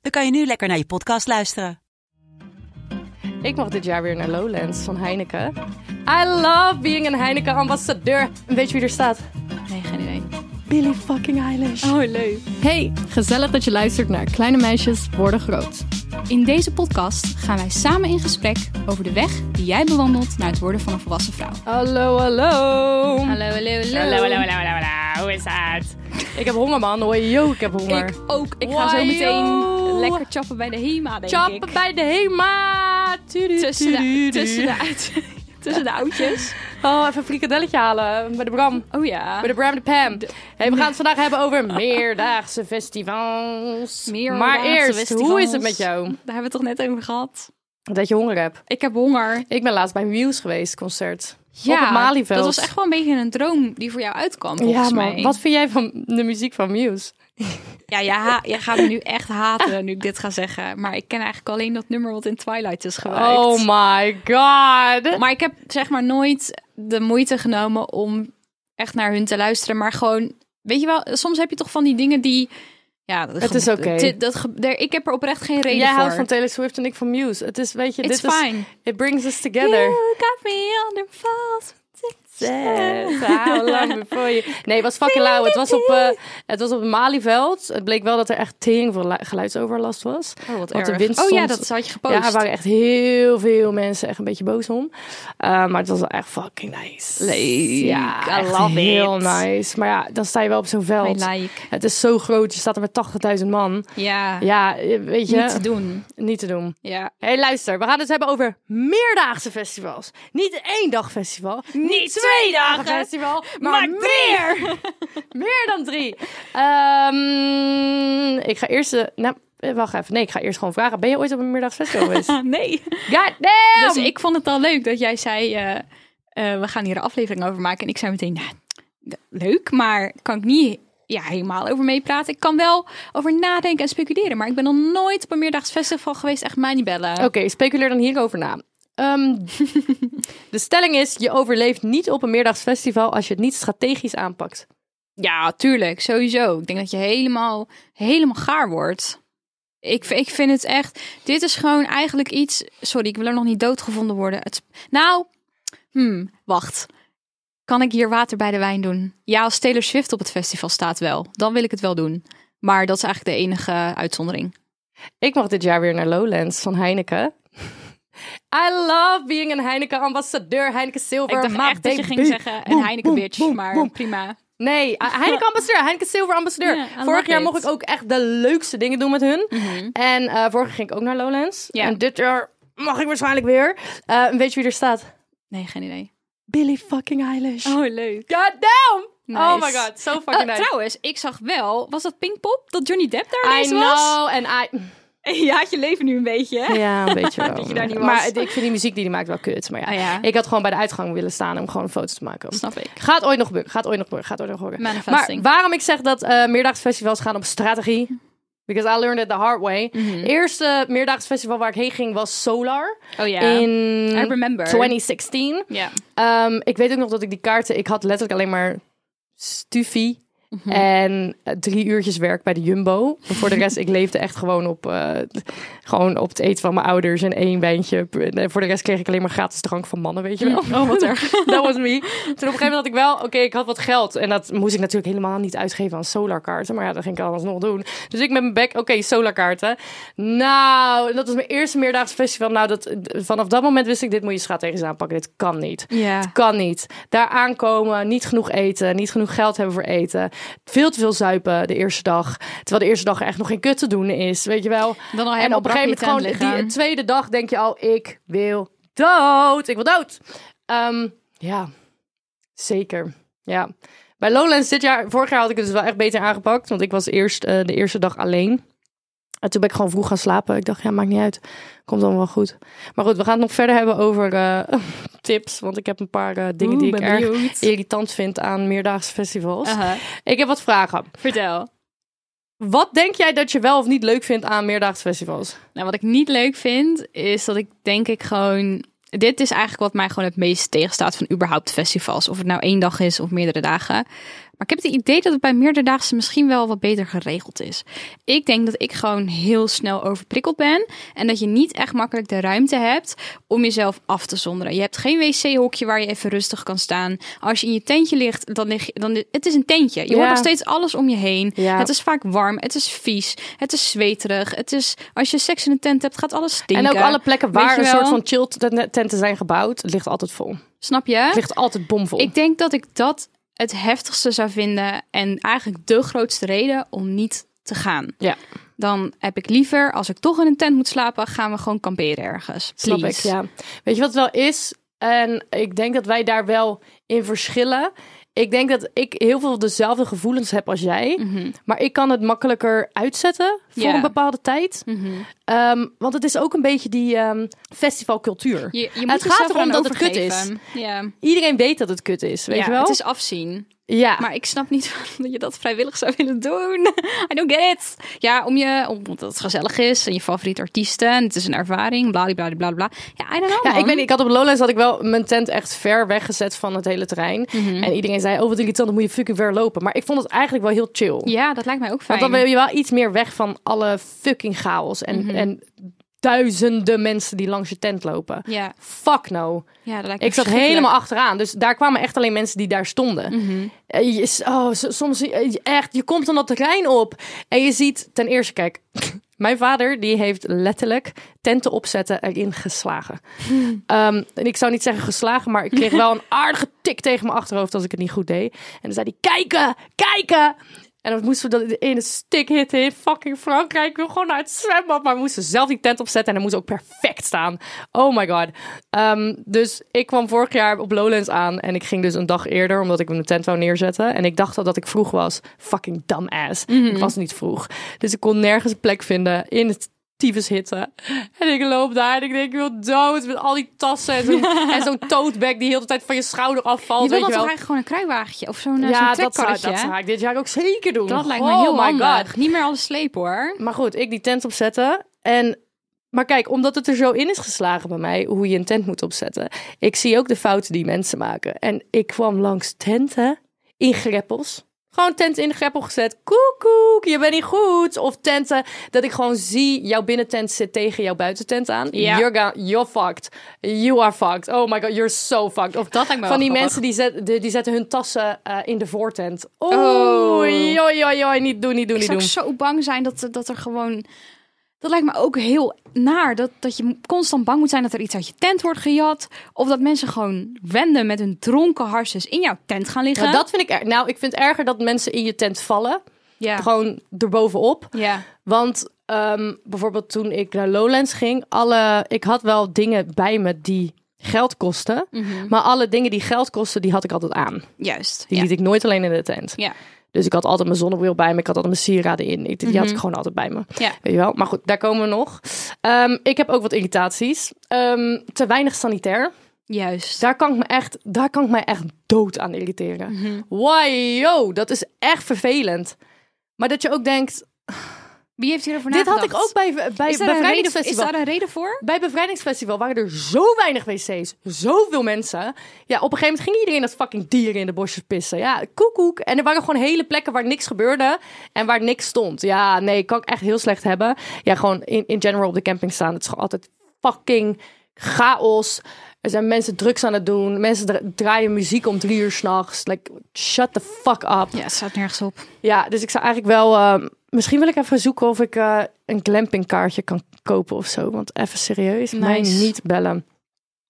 dan kan je nu lekker naar je podcast luisteren. Ik mag dit jaar weer naar Lowlands van Heineken. I love being een Heineken ambassadeur. En weet je wie er staat? Nee, geen idee. Billy fucking Eilish. Oh, leuk. Hey, gezellig dat je luistert naar Kleine Meisjes Worden Groot. In deze podcast gaan wij samen in gesprek over de weg die jij bewandelt naar het worden van een volwassen vrouw. Hallo, hallo. Hallo, hallo, hallo. hallo, hallo. Hoe is het? Ik heb honger, man. Hoi, yo, ik heb honger. Ik ook. Ik ga zo meteen Wajo. lekker chappen bij de HEMA, denk Chappen ik. bij de HEMA. Tudu, Tussen de, tudu. tussen de, uit, tussen de oudjes. Oh, even een frikadelletje halen bij de Bram. Oh ja. Bij de Bram de Pam. Hey, we gaan het vandaag hebben over meerdaagse festivals. maar Meerdaagse eerst, hoe festivals. is het met jou? Daar hebben we het toch net over gehad. Dat je honger hebt. Ik heb honger. Ik ben laatst bij Muse geweest, concert. op het Malieveld. dat was echt wel een beetje een droom die voor jou uitkwam, volgens ja, man. mij. Wat vind jij van de muziek van Muse? Ja, jij, ha- jij gaat me nu echt haten nu ik dit ga zeggen. Maar ik ken eigenlijk alleen dat nummer wat in Twilight is gebruikt. Oh my god. Maar ik heb zeg maar nooit de moeite genomen om echt naar hun te luisteren. Maar gewoon, weet je wel, soms heb je toch van die dingen die... Ja, dat Het is oké. dit- dat ge- daar- ik heb er oprecht geen reden Jij voor. houdt van Taylor Swift en ik van Muse. Het is, weet je, It's dit fine. is... It brings us You together. got me under false protection. Yes, how long before you- Nee, het was fucking lauw. Het was op, eh, het was op het Malieveld. Het bleek wel dat er echt tering veel lu- geluidsoverlast was. Oh, wat Want de erg. wind Oh ja, stond- dat had je gepost. Ja, er waren echt heel veel mensen echt een beetje boos om. Eh, maar het was wel echt fucking nice. Leuk. Ja, I echt love heel it. nice. Maar ja, dan sta je wel op zo'n I veld. like. Het is zo groot, je staat er met 80.000 man. Ja, Ja, eh, weet je, niet te doen. niet te doen. Ja. hey, luister, we gaan het hebben over meerdaagse festivals. Niet een één dag festival, niet twee dagen festival, maar, meer. meer dan drie. Ehm, ik ga eerst, eh, nou, eh, wacht even. Nee, ik ga eerst gewoon vragen. Ben je ooit op een meerdaagse festival geweest? nee. God damn! Dus ik vond het al leuk dat jij zei, eh, eh, we gaan hier een aflevering over maken. En ik zei meteen, nou, d- leuk, maar kan ik niet ja, helemaal over meepraten. Ik kan wel over nadenken en speculeren, maar ik ben nog nooit op een meerdaags festival geweest. Echt mij niet bellen. Oké, speculeer dan hierover na. Ehm, de stelling is, je overleeft niet op een meerdaags festival als je het niet strategisch aanpakt. Ja, tuurlijk, sowieso. Ik denk dat je helemaal, helemaal gaar wordt. Ik, v- ik vind het echt, dit is gewoon eigenlijk iets, sorry, ik wil er nog niet doodgevonden worden. Het, sp- nou, hmm, wacht. Kan ik hier water bij de wijn doen? Ja, als Taylor Swift op het festival staat wel, dan wil ik het wel doen. Maar dat is eigenlijk de enige uitzondering. Ik mag dit jaar weer naar Lowlands van Heineken. I love being een Heineken ambassadeur, Heineken Silver. Ik dacht my echt dat je ging baby. zeggen een Boem, Heineken boem, bitch, boem, maar boem. prima. Nee, eh, Heineken ambassadeur, Heineken Silver ambassadeur. Ja, I love vorig jaar it. Mhm. mocht ik ook echt de leukste dingen doen met hun. En eh vorig jaar ging ik ook naar Lowlands. Ja. En dit jaar mag ik waarschijnlijk weer. Eh, en weet je wie er staat? Nee, geen idee. Billy fucking Eilish. Oh, leuk. God damn! Oh Nice. Eh, my god, zo fucking nice. Trouwens, ik zag wel, was dat Pinkpop dat Johnny Depp daar I ineens was? know and I... Je haat je leven nu een beetje, hè? Ja, een beetje wel. Dat je daar niet was. Maar ik vind die muziek die hij maakt wel kut. Maar ja, Ah, ja. ik had gewoon bij de uitgang willen staan om gewoon een foto te maken. Snap ik. Gaat ooit nog gebeuren, gaat ooit nog gebeuren, gaat ooit nog gebeuren. Maar Manifesting. waarom ik zeg dat eh meerdaagsfestivals gaan op strategie... Because I learned it the hard way. Mhm. Eerste meerdaagsfestival waar ik heen ging was Solar. Oh ja. In I remember. 2016. Ja. Ehm, ik weet ook nog dat ik die kaarten... Ik had letterlijk alleen maar stufie en eh, drie uurtjes werk bij de Jumbo. Maar voor de rest, ik leefde echt gewoon op, eh, gewoon op het eten van mijn ouders en één wijntje. En voor de rest kreeg ik alleen maar gratis drank van mannen, weet je wel. Oh, wat erg. That was me. Toen op een gegeven moment had ik wel, oké, ik had wat geld. En dat moest ik natuurlijk helemaal niet uitgeven aan solarkaarten. Maar ja, dat ging ik alsnog doen. Dus ik met mijn bek, oké, solarkaarten. Nou, dat was mijn eerste meerdaagse festival. Nou, dat, vanaf dat moment wist ik, dit moet je strategisch aanpakken. Dit kan niet. Ja. Het kan niet. Daar aankomen, niet genoeg eten, niet genoeg geld hebben voor eten. Veel te veel zuipen de eerste dag. Terwijl de eerste dag er echt nog geen kut te doen is, weet je wel. Dan al en helemaal op een gegeven moment brak in gewoon, je tent die liggen. tweede dag denk je al, ik wil dood. Ik wil dood. Ehm, ja, zeker. Ja. Bij Lowlands dit jaar, vorig jaar had ik het dus wel echt beter aangepakt. Want ik was eerst eh, de eerste dag alleen. En toen ben ik gewoon vroeg gaan slapen. Ik dacht, ja, maakt niet uit. Komt allemaal wel goed. Maar goed, we gaan het nog verder hebben over eh, tips. Want ik heb een paar eh, dingen die ik erg irritant vind aan meerdaagse festivals. Aha, Ik heb wat vragen. Vertel. Wat denk jij dat je wel of niet leuk vindt aan meerdaagse festivals? Nou, wat ik niet leuk vind, is dat ik denk ik gewoon... Dit is eigenlijk wat mij gewoon het meest tegenstaat van überhaupt festivals. Of het nou één dag is of meerdere dagen. Maar ik heb het idee dat het bij meerderdaagse misschien wel wat beter geregeld is. Ik denk dat ik gewoon heel snel overprikkeld ben. En dat je niet echt makkelijk de ruimte hebt om jezelf af te zonderen. Je hebt geen wc-hokje waar je even rustig kan staan. Als je in je tentje ligt, dan lig je... Dan, het is een tentje. Je Ja. hoort nog steeds alles om je heen. Ja. Het is vaak warm, het is vies, het is zweterig. Het is, als je seks in een tent hebt, gaat alles stinken. En ook alle plekken Weet waar je een wel? soort van chill ten- tenten zijn gebouwd, het ligt altijd vol. Snap je? Het ligt altijd bomvol. Ik denk dat ik dat het heftigste zou vinden. En eigenlijk de grootste reden om niet te gaan. Ja. Dan heb ik liever, als ik toch in een tent moet slapen, gaan we gewoon kamperen ergens. Snap ik, Please. ja. Weet je wat het wel is? En ik denk dat wij daar wel in verschillen. Ik denk dat ik heel veel dezelfde gevoelens heb als jij. Mhm, Maar ik kan het makkelijker uitzetten voor Ja. een bepaalde tijd. mhm. Ehm, want het is ook een beetje die ehm, festivalcultuur. Je, je moet gaat jezelf erom eraan dat het kut is. overgeven. Ja, Iedereen weet dat het kut is, weet Ja, je wel? het is afzien. Ja. Maar ik snap niet waarom dat je dat vrijwillig zou willen doen. I don't get it. Ja, om je, omdat het gezellig is en je favoriete artiesten. En het is een ervaring, bladibladibladibla. Ja, I don't know, Ja, ik man. weet niet. Ik had op Lowlands had ik wel mijn tent echt ver weggezet van het hele terrein. Mhm. En iedereen zei, oh wat irritant, dan moet je fucking ver lopen. Maar ik vond het eigenlijk wel heel chill. Ja, dat lijkt mij ook fijn. Want dan ben je wel iets meer weg van alle fucking chaos. En, Mhm. en duizenden mensen die langs je tent lopen. Ja, Fuck no. ja dat lijkt me Ik zat verschrikkelijk. helemaal achteraan. Dus daar kwamen echt alleen mensen die daar stonden. Mhm. Eh, je is- Oh, s- soms eh, je- echt, je komt dan dat terrein op en je ziet ten eerste, kijk, mijn vader die heeft letterlijk tenten opzetten erin geslagen. Ehm, en ik zou niet zeggen geslagen, maar ik kreeg wel een aardige tik tegen mijn achterhoofd als ik het niet goed deed. En dan zei hij, kijken, kijken! En dan moesten we dat in de ene stik hitten in fucking Frankrijk. Ik wil gewoon naar het zwembad. Maar we moesten zelf die tent opzetten. En hij moest ook perfect staan. Oh my god. Ehm, dus ik kwam vorig jaar op Lowlands aan. En ik ging dus een dag eerder. Omdat ik mijn tent wou neerzetten. En ik dacht al dat ik vroeg was. Fucking dumbass. Ik was niet vroeg. Dus ik kon nergens een plek vinden in het tyfus hitte. En ik loop daar en ik denk, ik wil dood met al die tassen en zo'n en zo'n tote bag die heel de tijd van je schouder afvalt. Je wil weet dat je wel. toch eigenlijk gewoon een kruiwagentje of zo'n eh, zo'n Ja, dat zou, trekkarretje? dat zou ik dit jaar ook zeker doen. Dat lijkt oh me heel my god. handig. Niet meer alles slepen hoor. Maar goed, ik die tent opzetten. En, maar kijk, omdat het er zo in is geslagen bij mij hoe je een tent moet opzetten. Ik zie ook de fouten die mensen maken. En ik kwam langs tenten in greppels. Gewoon tent in greppel gezet. Koekoek, je bent niet goed. Of tenten dat ik gewoon zie, jouw binnentent zit tegen jouw buitentent aan. Ja. You're, ga- you're fucked. You are fucked. Oh my god, you're so fucked. Of Dat lijkt me van wel die grappig. mensen die, zet- die, die zetten hun tassen eh, in de voortent. Oeh, Oh. joi, joi, joi, niet doen, niet doen, Ik niet doen. zou ook zo bang zijn dat, dat er gewoon... Dat lijkt me ook heel naar. Dat, dat je constant bang moet zijn dat er iets uit je tent wordt gejat. Of dat mensen gewoon wenden met hun dronken harses in jouw tent gaan liggen. Nou, dat vind ik er- Nou, ik vind het erger dat mensen in je tent vallen. ja. Gewoon erbovenop. ja. Want ehm, bijvoorbeeld toen ik naar Lowlands ging, alle, ik had wel dingen bij me die geld kosten. Maar alle dingen die geld kosten, die had ik altijd aan. Juist. Die Mhm. Ja. liet ik nooit alleen in de tent. Ja. Dus ik had altijd mijn zonnebril bij me. Ik had altijd mijn sieraden in. Ik, die had ik gewoon altijd bij me. Mhm. Ja. Weet je wel? Maar goed, daar komen we nog. Ehm, ik heb ook wat irritaties. Ehm, te weinig sanitair. Juist. Dus Daar kan ik me echt, daar kan ik mij echt dood aan irriteren. Mhm. Why, yo, dat is echt vervelend. Maar dat je ook denkt, Wie heeft hierover dit had nagedacht? ik ook bij, bij Is daar, een reden, is Bevrijdingsfestival. daar een reden voor? Bij Bevrijdingsfestival waren er zo weinig wc's, zoveel mensen. Ja, op een gegeven moment ging iedereen dat fucking dieren in de bosjes pissen. Ja, koekoek. En er waren gewoon hele plekken waar niks gebeurde en waar niks stond. Ja, nee, kan ik echt heel slecht hebben. Ja, gewoon in, in general op de camping staan. Het is gewoon altijd fucking chaos. Er zijn mensen drugs aan het doen. Mensen dra- draaien muziek om drie uur s'nachts. Like, shut the fuck up. Ja, het staat nergens op. Ja, dus ik zou eigenlijk wel... ehm, misschien wil ik even zoeken of ik eh, een glampingkaartje kan kopen of zo. Want even serieus, mij Nice. niet bellen.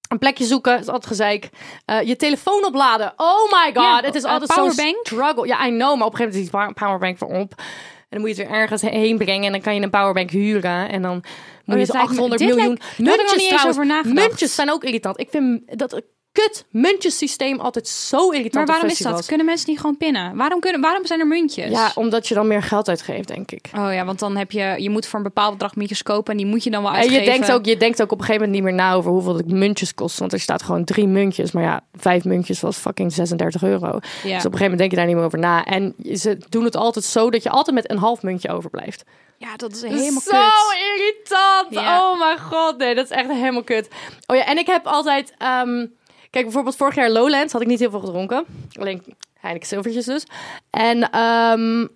Een plekje zoeken, is altijd gezeik. Eh, je telefoon opladen. Oh my god, Ja, het is eh, altijd zo'n powerbank. struggle. Ja, I know, maar op een gegeven moment is die power- powerbank van op. En dan moet je het weer ergens heen brengen. En dan kan je een powerbank huren. En dan moet dit je Oh, lijkt zo'n me- 800 dit miljoen... lijkt- daar had ik nog niet eens over nagedacht. muntjes zijn ook irritant. Ik vind dat kut muntjesysteem altijd zo irritant Maar op waarom is festivals. dat? Kunnen mensen niet gewoon pinnen? Waarom, kunnen, waarom zijn er muntjes? Ja, omdat je dan meer geld uitgeeft, denk ik. Oh ja, want dan heb je, je moet voor een bepaald bedrag microscopen en die moet je dan wel En uitgeven. je denkt, ook, je denkt ook op een gegeven moment niet meer na over hoeveel het muntjes kost. Want er staat gewoon drie muntjes. Maar ja, vijf muntjes was fucking 36 euro. Dus Ja, op een gegeven moment denk je daar niet meer over na. En ze doen het altijd zo dat je altijd met een half muntje overblijft. ja dat is helemaal zo kut. irritant. Ja. Oh mijn god, nee, dat is echt helemaal kut. Oh ja, en ik heb altijd... ehm, kijk, bijvoorbeeld vorig jaar Lowlands had ik niet heel veel gedronken. Alleen Heineken Zilvertjes dus. En ehm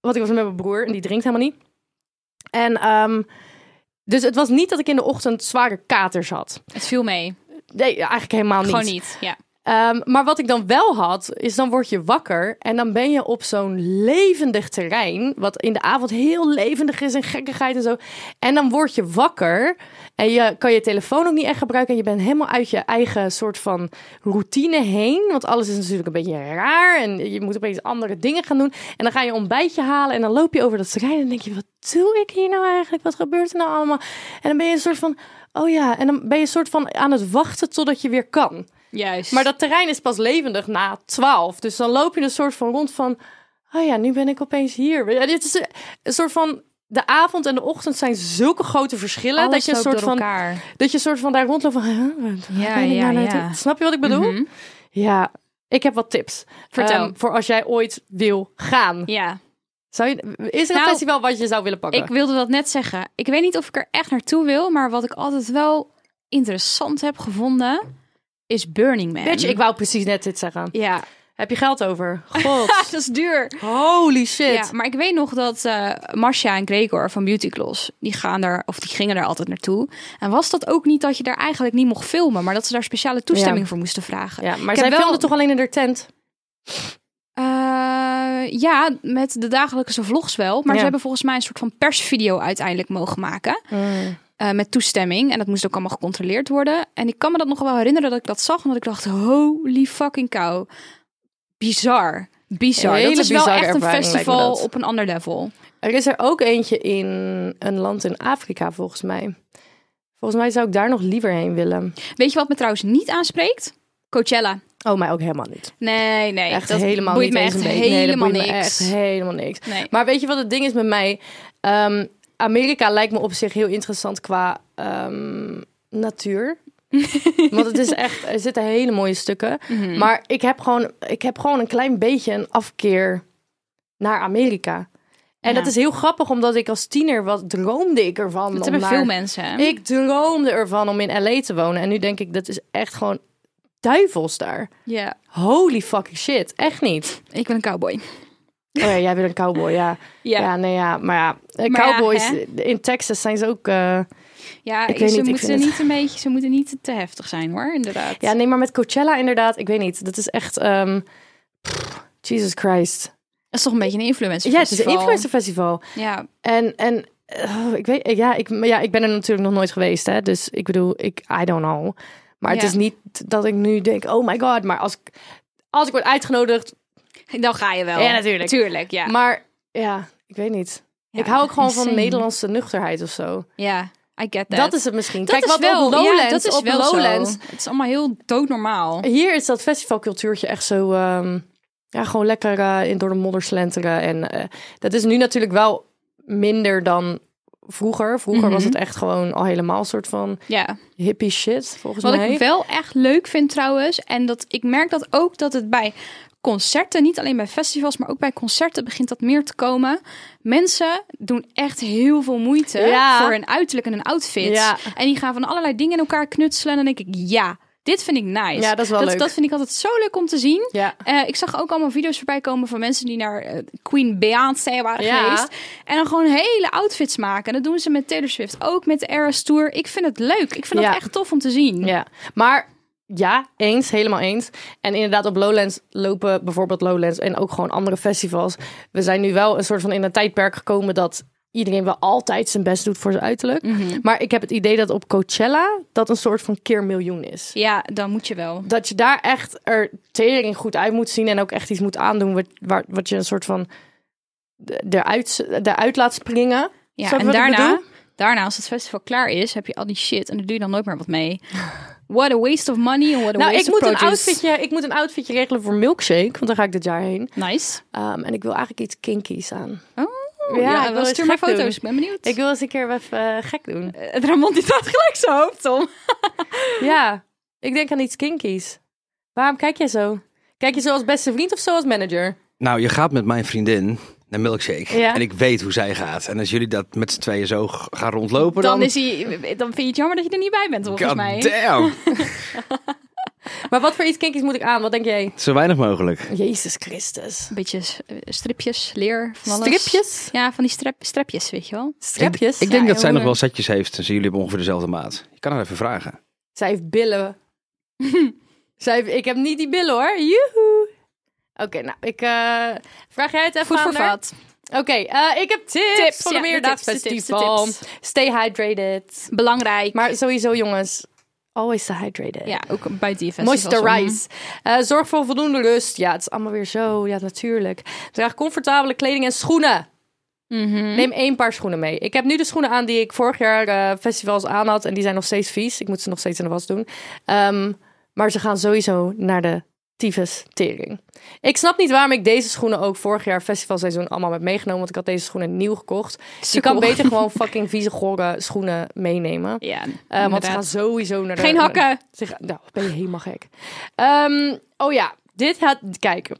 want ik was met mijn broer en die drinkt helemaal niet. En ehm, dus het was niet dat ik in de ochtend zware katers had. Het viel mee. Nee, eigenlijk helemaal niet. Gewoon niet. Ja. Ehm, maar wat ik dan wel had, is dan word je wakker en dan ben je op zo'n levendig terrein, wat in de avond heel levendig is en gekkigheid en zo. En dan word je wakker en je kan je telefoon ook niet echt gebruiken en je bent helemaal uit je eigen soort van routine heen, want alles is natuurlijk een beetje raar en je moet opeens andere dingen gaan doen. En dan ga je een ontbijtje halen en dan loop je over dat terrein en denk je, wat doe ik hier nou eigenlijk? Wat gebeurt er nou allemaal? En dan ben je een soort van, oh ja, en dan ben je een soort van aan het wachten totdat je weer kan. Juist. Maar dat terrein is pas levendig na 12. Dus dan loop je een soort van rond van. Oh ja, nu ben ik opeens hier. Ja, dit is een- een soort van. De avond en de ochtend zijn zulke grote verschillen. Alles dat, je een loopt soort door van, elkaar. dat je een soort van daar rondloopt van. huh, waar Ja, ben ik ja, nou naartoe? ja. Snap je wat ik bedoel? Mhm. Ja, ik heb wat tips. Vertel. Ehm, voor als jij ooit wil gaan. Ja. Zou je, is er een Nou, festival wat je zou willen pakken? Ik wilde dat net zeggen. Ik weet niet of ik er echt naartoe wil, maar wat ik altijd wel interessant heb gevonden is Burning Man. Bitch, ik wou precies net dit zeggen. Mm. Ja, Heb je geld over? God. dat is duur. Holy shit. Ja, maar ik weet nog dat eh Marcia en Gregor van Beauty Gloss, die gaan daar, of die gingen daar altijd naartoe. En was dat ook niet dat je daar eigenlijk niet mocht filmen, maar dat ze daar speciale toestemming Ja. voor moesten vragen? Ja, maar heb zij wel- filmden toch alleen in haar tent? Eh, ja, met de dagelijkse vlogs wel. Maar Ja. ze hebben volgens mij een soort van persvideo uiteindelijk mogen maken. Mm. eh, met toestemming. En dat moest ook allemaal gecontroleerd worden. En ik kan me dat nog wel herinneren dat ik dat zag. Omdat ik dacht, holy fucking cow. Bizar. Bizar. Hele dat is wel bizarre echt een ervaring, lijkt me festival dat. op een ander level. Er is er ook eentje in een land in Afrika, volgens mij. Volgens mij zou ik daar nog liever heen willen. Weet je wat me trouwens niet aanspreekt? Coachella. Oh, mij ook helemaal niet. Nee, nee. Echt dat helemaal boeit niet. me eens echt een beetje. Nee, dat helemaal boeit me niks. echt helemaal niks. Nee. Maar weet je wat het ding is met mij? Ehm, Amerika lijkt me op zich heel interessant qua ehm, natuur. Want het is echt, er zitten hele mooie stukken. Mhm. Maar ik heb, gewoon, ik heb gewoon een klein beetje een afkeer naar Amerika. En Ja. dat is heel grappig, omdat ik als tiener, wat droomde ik ervan? om dat hebben naar- veel mensen. hè? Ik droomde ervan om in LA te wonen. En nu denk ik, dat is echt gewoon duivels daar. Ja, Holy fucking shit. Echt niet. ik ben een cowboy. Oh ja, jij bent een cowboy, ja. Ja. Ja, nee, ja. Maar ja, eh, Maar ja, cowboys hè? in Texas zijn ze ook... eh, Ja, Ik ze, weet niet, ik moeten vind het- niet een beetje, ze moeten niet te heftig zijn hoor, inderdaad. Ja, nee, maar met Coachella inderdaad. Ik weet niet. Dat is echt... ehm, pff, Jesus Christ. Dat is toch een beetje een influencer Ja, het is een influencer festival. Ja, En, en eh, ik weet... Ja ik, ja, ik ben er natuurlijk nog nooit geweest, hè. Dus ik bedoel, ik... I don't know. Maar het Ja. is niet dat ik nu denk, oh my god. Maar als ik, als ik word uitgenodigd, dan ga je wel. Ja, natuurlijk. Tuurlijk, ja. Maar ja, ik weet niet. Ja, ik hou ook gewoon van insane. Nederlandse nuchterheid of zo. Ja, I get that. Dat is het misschien. Dat Kijk, is wat wel, op Lowlands, ja, dat is op wel zo. Lowlands. Het is allemaal heel doodnormaal. Hier is dat festivalcultuurtje echt zo... ehm, ja, gewoon lekker eh, in, door de modder slenteren. En eh, dat is nu natuurlijk wel minder dan vroeger. Vroeger was Mhm. het echt gewoon al helemaal een soort van Ja. hippie shit, volgens Wat mij. ik wel echt leuk vind trouwens, en dat ik merk dat ook dat het bij concerten, niet alleen bij festivals, maar ook bij concerten begint dat meer te komen. Mensen doen echt heel veel moeite Ja. voor hun uiterlijk en hun outfit. Ja. En die gaan van allerlei dingen in elkaar knutselen. En dan denk ik, ja, dit vind ik nice. Ja, dat is wel dat, leuk. dat vind ik altijd zo leuk om te zien. Ja. Eh, ik zag ook allemaal video's voorbij komen van mensen die naar eh, Queen Beyoncé waren Ja. geweest. En dan gewoon hele outfits maken. En dat doen ze met Taylor Swift ook, met de Eras Tour. Ik vind het leuk. Ik Ja. vind het echt tof om te zien. Ja, maar ja, eens, helemaal eens. En inderdaad, op Lowlands lopen bijvoorbeeld Lowlands en ook gewoon andere festivals. We zijn nu wel een soort van in een tijdperk gekomen dat iedereen wel altijd zijn best doet voor zijn uiterlijk. Mhm. Maar ik heb het idee dat op Coachella dat een soort van keer miljoen is. Ja, dan moet je wel. Dat je daar echt er tering goed uit moet zien en ook echt iets moet aandoen wat, waar, wat je een soort van de- eruit, eruit laat springen. Ja, Snap je en wat ik daarna, bedoel? Nou, daarna, als het festival klaar is, heb je al die shit. En daar doe je dan nooit meer wat mee. What a waste of money and what a Nou, ik waste moet, of een produce. outfitje, ik moet een outfitje regelen voor Milkshake, want daar ga ik dit jaar heen. Nice. Ehm, en ik wil eigenlijk iets kinkies aan. Oh, Ja, ja, ik wil wel eens stuur maar gek doen. foto's. Ik ben benieuwd. Ik wil eens een keer even eh, gek doen. Het Ramon die staat gelijk zo hoofd om. Ja, ik denk aan iets kinkies. Waarom kijk jij zo? Kijk je zo als beste vriend of zo als manager? Nou, je gaat met mijn vriendin naar Milkshake. Ja. En ik weet hoe zij gaat. En als jullie dat met z'n tweeën zo g- gaan rondlopen, dan... Dan, is hij, dan vind je het jammer dat je er niet bij bent, volgens God mij. damn. Maar wat voor iets kinkies moet ik aan? Wat denk jij? Zo weinig mogelijk. Jezus Christus. Een beetje s- eh, stripjes, leer, van alles. Stripjes? Ja, van die strep, strepjes, weet je wel. Strepjes? Ik denk Ja, dat zij hoe- nog wel setjes heeft. En jullie hebben ongeveer dezelfde maat. Je kan haar even vragen. Zij heeft billen. Zij heeft- ik heb niet die billen hoor. Joehoe. Oké, nou, ik eh, vraag jij het even Goed aan voor haar? vat. Oké, eh, ik heb tips, Tips, voor de ja, de tips, de tips, de meerdaagsfestival. tips. Stay hydrated. Belangrijk. Maar sowieso jongens, always stay hydrated. ja, ook bij die festivals. Moisturize. Eh, zorg voor voldoende rust. Ja, het is allemaal weer zo. Ja, natuurlijk. Draag comfortabele kleding en schoenen. Neem één paar schoenen mee. Ik heb nu de schoenen aan die ik vorig jaar eh, festivals aan had. En die zijn nog steeds vies. Ik moet ze nog steeds in de was doen. Ehm, maar ze gaan sowieso naar de tyfus tering. Ik snap niet waarom ik deze schoenen ook vorig jaar festivalseizoen allemaal heb meegenomen. Want ik had deze schoenen nieuw gekocht. Je Sukkel. kan beter gewoon fucking vieze gore schoenen meenemen. Ja, Eh, want ze inderdaad. gaan sowieso naar de... Geen hakken. Ze gaan- nou, ben je helemaal gek. Ehm, oh ja, dit had... Kijk,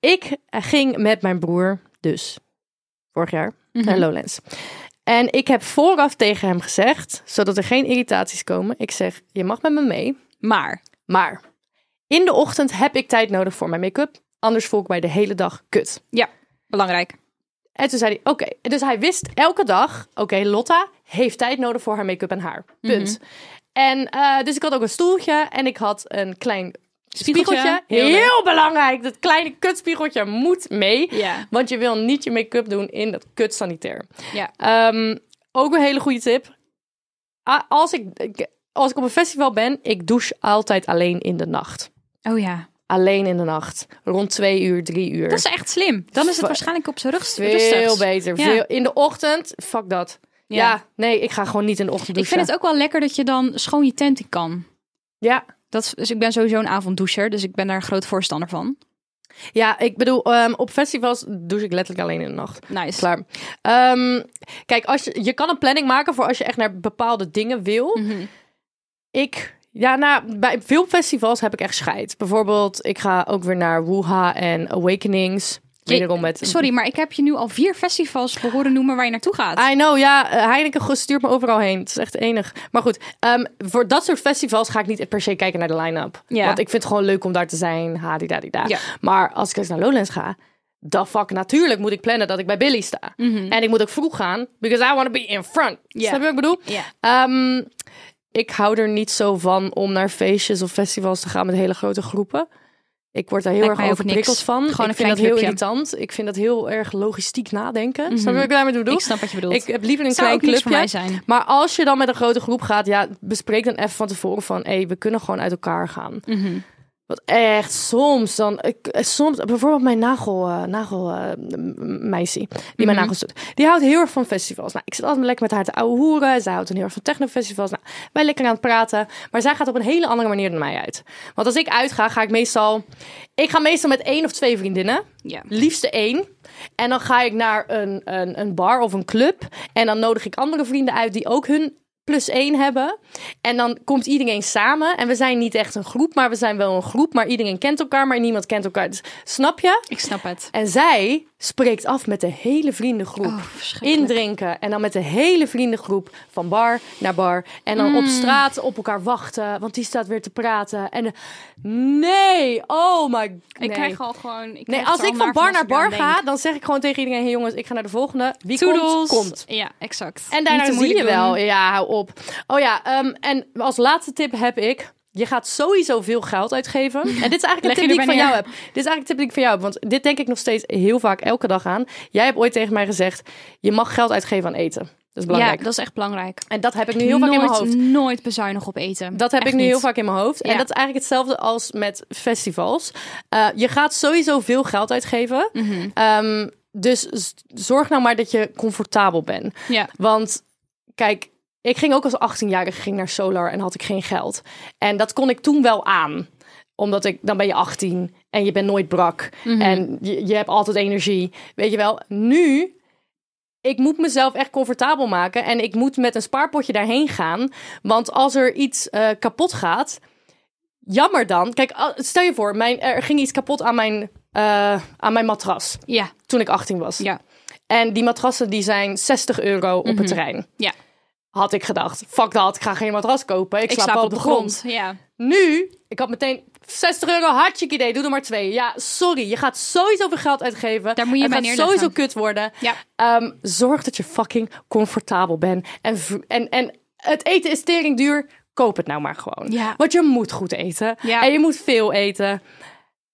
ik eh, ging met mijn broer dus vorig jaar Mhm. naar Lowlands. En ik heb vooraf tegen hem gezegd, zodat er geen irritaties komen. Ik zeg, je mag met me mee, Maar, maar in de ochtend heb ik tijd nodig voor mijn make-up. Anders voel ik mij de hele dag kut. ja, belangrijk. En toen zei hij, oké. Dus hij wist elke dag, oké, Lotta heeft tijd nodig voor haar make-up en haar. Mhm. Punt. En eh, dus ik had ook een stoeltje en ik had een klein spiegeltje. Heel Heel, leuk. belangrijk, dat kleine kutspiegeltje moet mee. Ja. Want je wil niet je make-up doen in dat kutsanitair. Ja. Ehm, ook een hele goede tip. A- Als ik, ik- als ik op een festival ben, ik douche altijd alleen in de nacht. Oh ja. Alleen in de nacht. Rond twee uur, drie uur. Dat is echt slim. Dan is het Va- waarschijnlijk op zijn rug Veel beter. Ja. Veel, in de ochtend, fuck dat. Dus Ja. Ja. nee, ik ga gewoon niet in de ochtend Ik douchen. vind het ook wel lekker dat je dan schoon je tent in kan. Ja, Dat, is- dus ik ben sowieso een avonddoucher, dus ik ben daar een groot voorstander van. ja ik bedoel, ehm, op festivals douche ik letterlijk alleen in de nacht. Nice. Klaar. Ehm, kijk, als je, je kan een planning maken voor als je echt naar bepaalde dingen wil. Mhm. Ik, ja, nou, bij veel festivals heb ik echt scheid. Bijvoorbeeld, ik ga ook weer naar Wuha en Awakenings. Wederom met... Sorry, maar ik heb je nu al vier festivals horen noemen waar je naartoe gaat. I know, ja. eh, Heineken stuurt me overal heen. Het is echt enig. Maar goed, ehm, voor dat soort festivals ga ik niet per se kijken naar de line-up. Ja. Want ik vind het gewoon leuk om daar te zijn. Hadidadida. Ja. Maar als ik eens naar Lowlands ga... dan fuck, natuurlijk moet ik plannen dat ik bij Billy sta. En ik moet ook vroeg gaan. Because I want to be in front. Mhm. Ja. Snap je wat ik bedoel? Ja. Ehm, ik hou er niet zo van om naar feestjes of festivals te gaan met hele grote groepen. Ik word daar heel Lijkt erg mij ook niks. overprikkeld van. Gewoon een ik vind dat klein heel clubje. Mhm. irritant. Ik vind dat heel erg logistiek nadenken. Snap je wat ik daarmee bedoel? Ik snap wat je bedoelt. Ik heb liever een Zou klein ook niks clubje. voor mij zijn. Maar als je dan met een grote groep gaat, ja, bespreek dan even van tevoren van, hé, we kunnen gewoon uit elkaar gaan. Want echt, soms dan, ik, eh, soms, bijvoorbeeld mijn nagel, eh, nagel eh, m- m- meisje, die mijn nagels doet, die houdt heel erg van festivals. Nou, ik zit altijd lekker met haar te ouwe hoeren. Zij houdt dan heel erg van technofestivals. Nou, wij lekker aan het praten. Maar zij gaat op een hele andere manier dan mij uit. Want als ik uitga, ga ik meestal, ik ga meestal met één of twee vriendinnen. Ja. Liefste één. En dan ga ik naar een, een, een bar of een club. En dan nodig ik andere vrienden uit die ook hun plus één hebben. En dan komt iedereen samen. En we zijn niet echt een groep, maar we zijn wel een groep. Maar iedereen kent elkaar, maar niemand kent elkaar. Dus, snap je? Ik snap het. En zij spreekt af met de hele vriendengroep. Oh, verschrikkelijk. Indrinken. En dan met de hele vriendengroep van bar naar bar. En dan Hmm. op straat op elkaar wachten. Want die staat weer te praten. En eh, nee, oh my god. Ik krijg al gewoon... Ik Nee, als ik van bar naar bar ga, dan zeg ik gewoon tegen iedereen: hey jongens, ik ga naar de volgende. Wie komt, komt. Ja, exact. En daarna Niet te zie je moeilijk doen. wel. Ja, hou op. Oh ja, ehm, en als laatste tip heb ik. Je gaat sowieso veel geld uitgeven. En dit is eigenlijk een Leg je tip die ik erbij van neer. jou heb. Dit is eigenlijk een tip die ik van jou heb. Want dit denk ik nog steeds heel vaak elke dag aan. Jij hebt ooit tegen mij gezegd: je mag geld uitgeven aan eten. Dat is belangrijk. Ja, dat is echt belangrijk. En dat heb ik nu heel vaak in mijn nooit, hoofd. nooit bezuinig op eten. Dat heb Echt ik nu niet. heel vaak in mijn hoofd. Ja. En dat is eigenlijk hetzelfde als met festivals. Eh, je gaat sowieso veel geld uitgeven. Mhm. Ehm, dus z- zorg nou maar dat je comfortabel bent. Ja. Want kijk, Ik ging ook als 18-jarige ging naar Solar en had ik geen geld. En dat kon ik toen wel aan. Omdat ik, dan ben je 18 en je bent nooit brak. En je, je hebt altijd energie. Weet je wel, nu ik moet mezelf echt comfortabel maken en ik moet met een spaarpotje daarheen gaan. Want als er iets eh, kapot gaat, jammer dan. Kijk, al- stel je voor, mijn, er ging iets kapot aan mijn, eh, aan mijn matras Ja, toen ik 18 was. ja, Mhm. En die matrassen die zijn 60 euro op het terrein. ja. Had ik gedacht, fuck dat, ik ga geen matras kopen. Ik, Ik slaap wel op de grond. Ja. Nu, ik had meteen 60 euro, hartstikke idee, doe er maar twee. Ja, sorry, je gaat sowieso veel geld uitgeven. Daar moet je het bij gaat neerleggen. sowieso kut worden. Ja. Ehm, zorg dat je fucking comfortabel bent. En, v- en, en het eten is tering duur. Koop het nou maar gewoon. Ja. Want je moet goed eten. Ja. En je moet veel eten.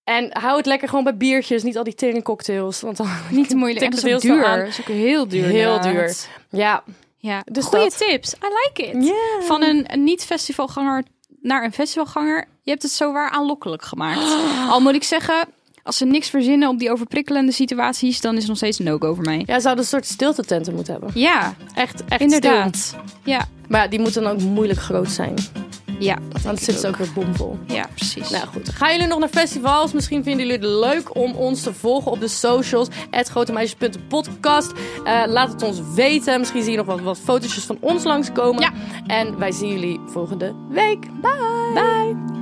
En hou het lekker gewoon bij biertjes. Niet al die teringcocktails. Want dan Niet te moeilijk. En dat is ook tikt het heel duur. snel Dat aan. is ook heel duur. Heel inderdaad. duur. Ja. Ja. Dus Goede dat. tips. I like it. Van een, een niet-festivalganger naar een festivalganger. Je hebt het zo waar aanlokkelijk gemaakt. Al moet ik zeggen, als ze niks verzinnen op die overprikkelende situaties, dan is het nog steeds een no-go voor mij. Ja, zouden een soort stilte tenten moeten hebben. Ja, Echt, echt stil. inderdaad. Ja. Maar ja, die moeten dan ook moeilijk groot zijn. Ja, dat Want denk dan zit ik ze ook weer bomvol. Ja, precies. Nou goed, gaan jullie nog naar festivals? Misschien vinden jullie het leuk om ons te volgen op de socials. grotemeisjes.podcast. Eh laat het ons weten. Misschien zie je nog wat, wat fotootjes van ons langskomen. Ja. En wij zien jullie volgende week. Bye. Bye.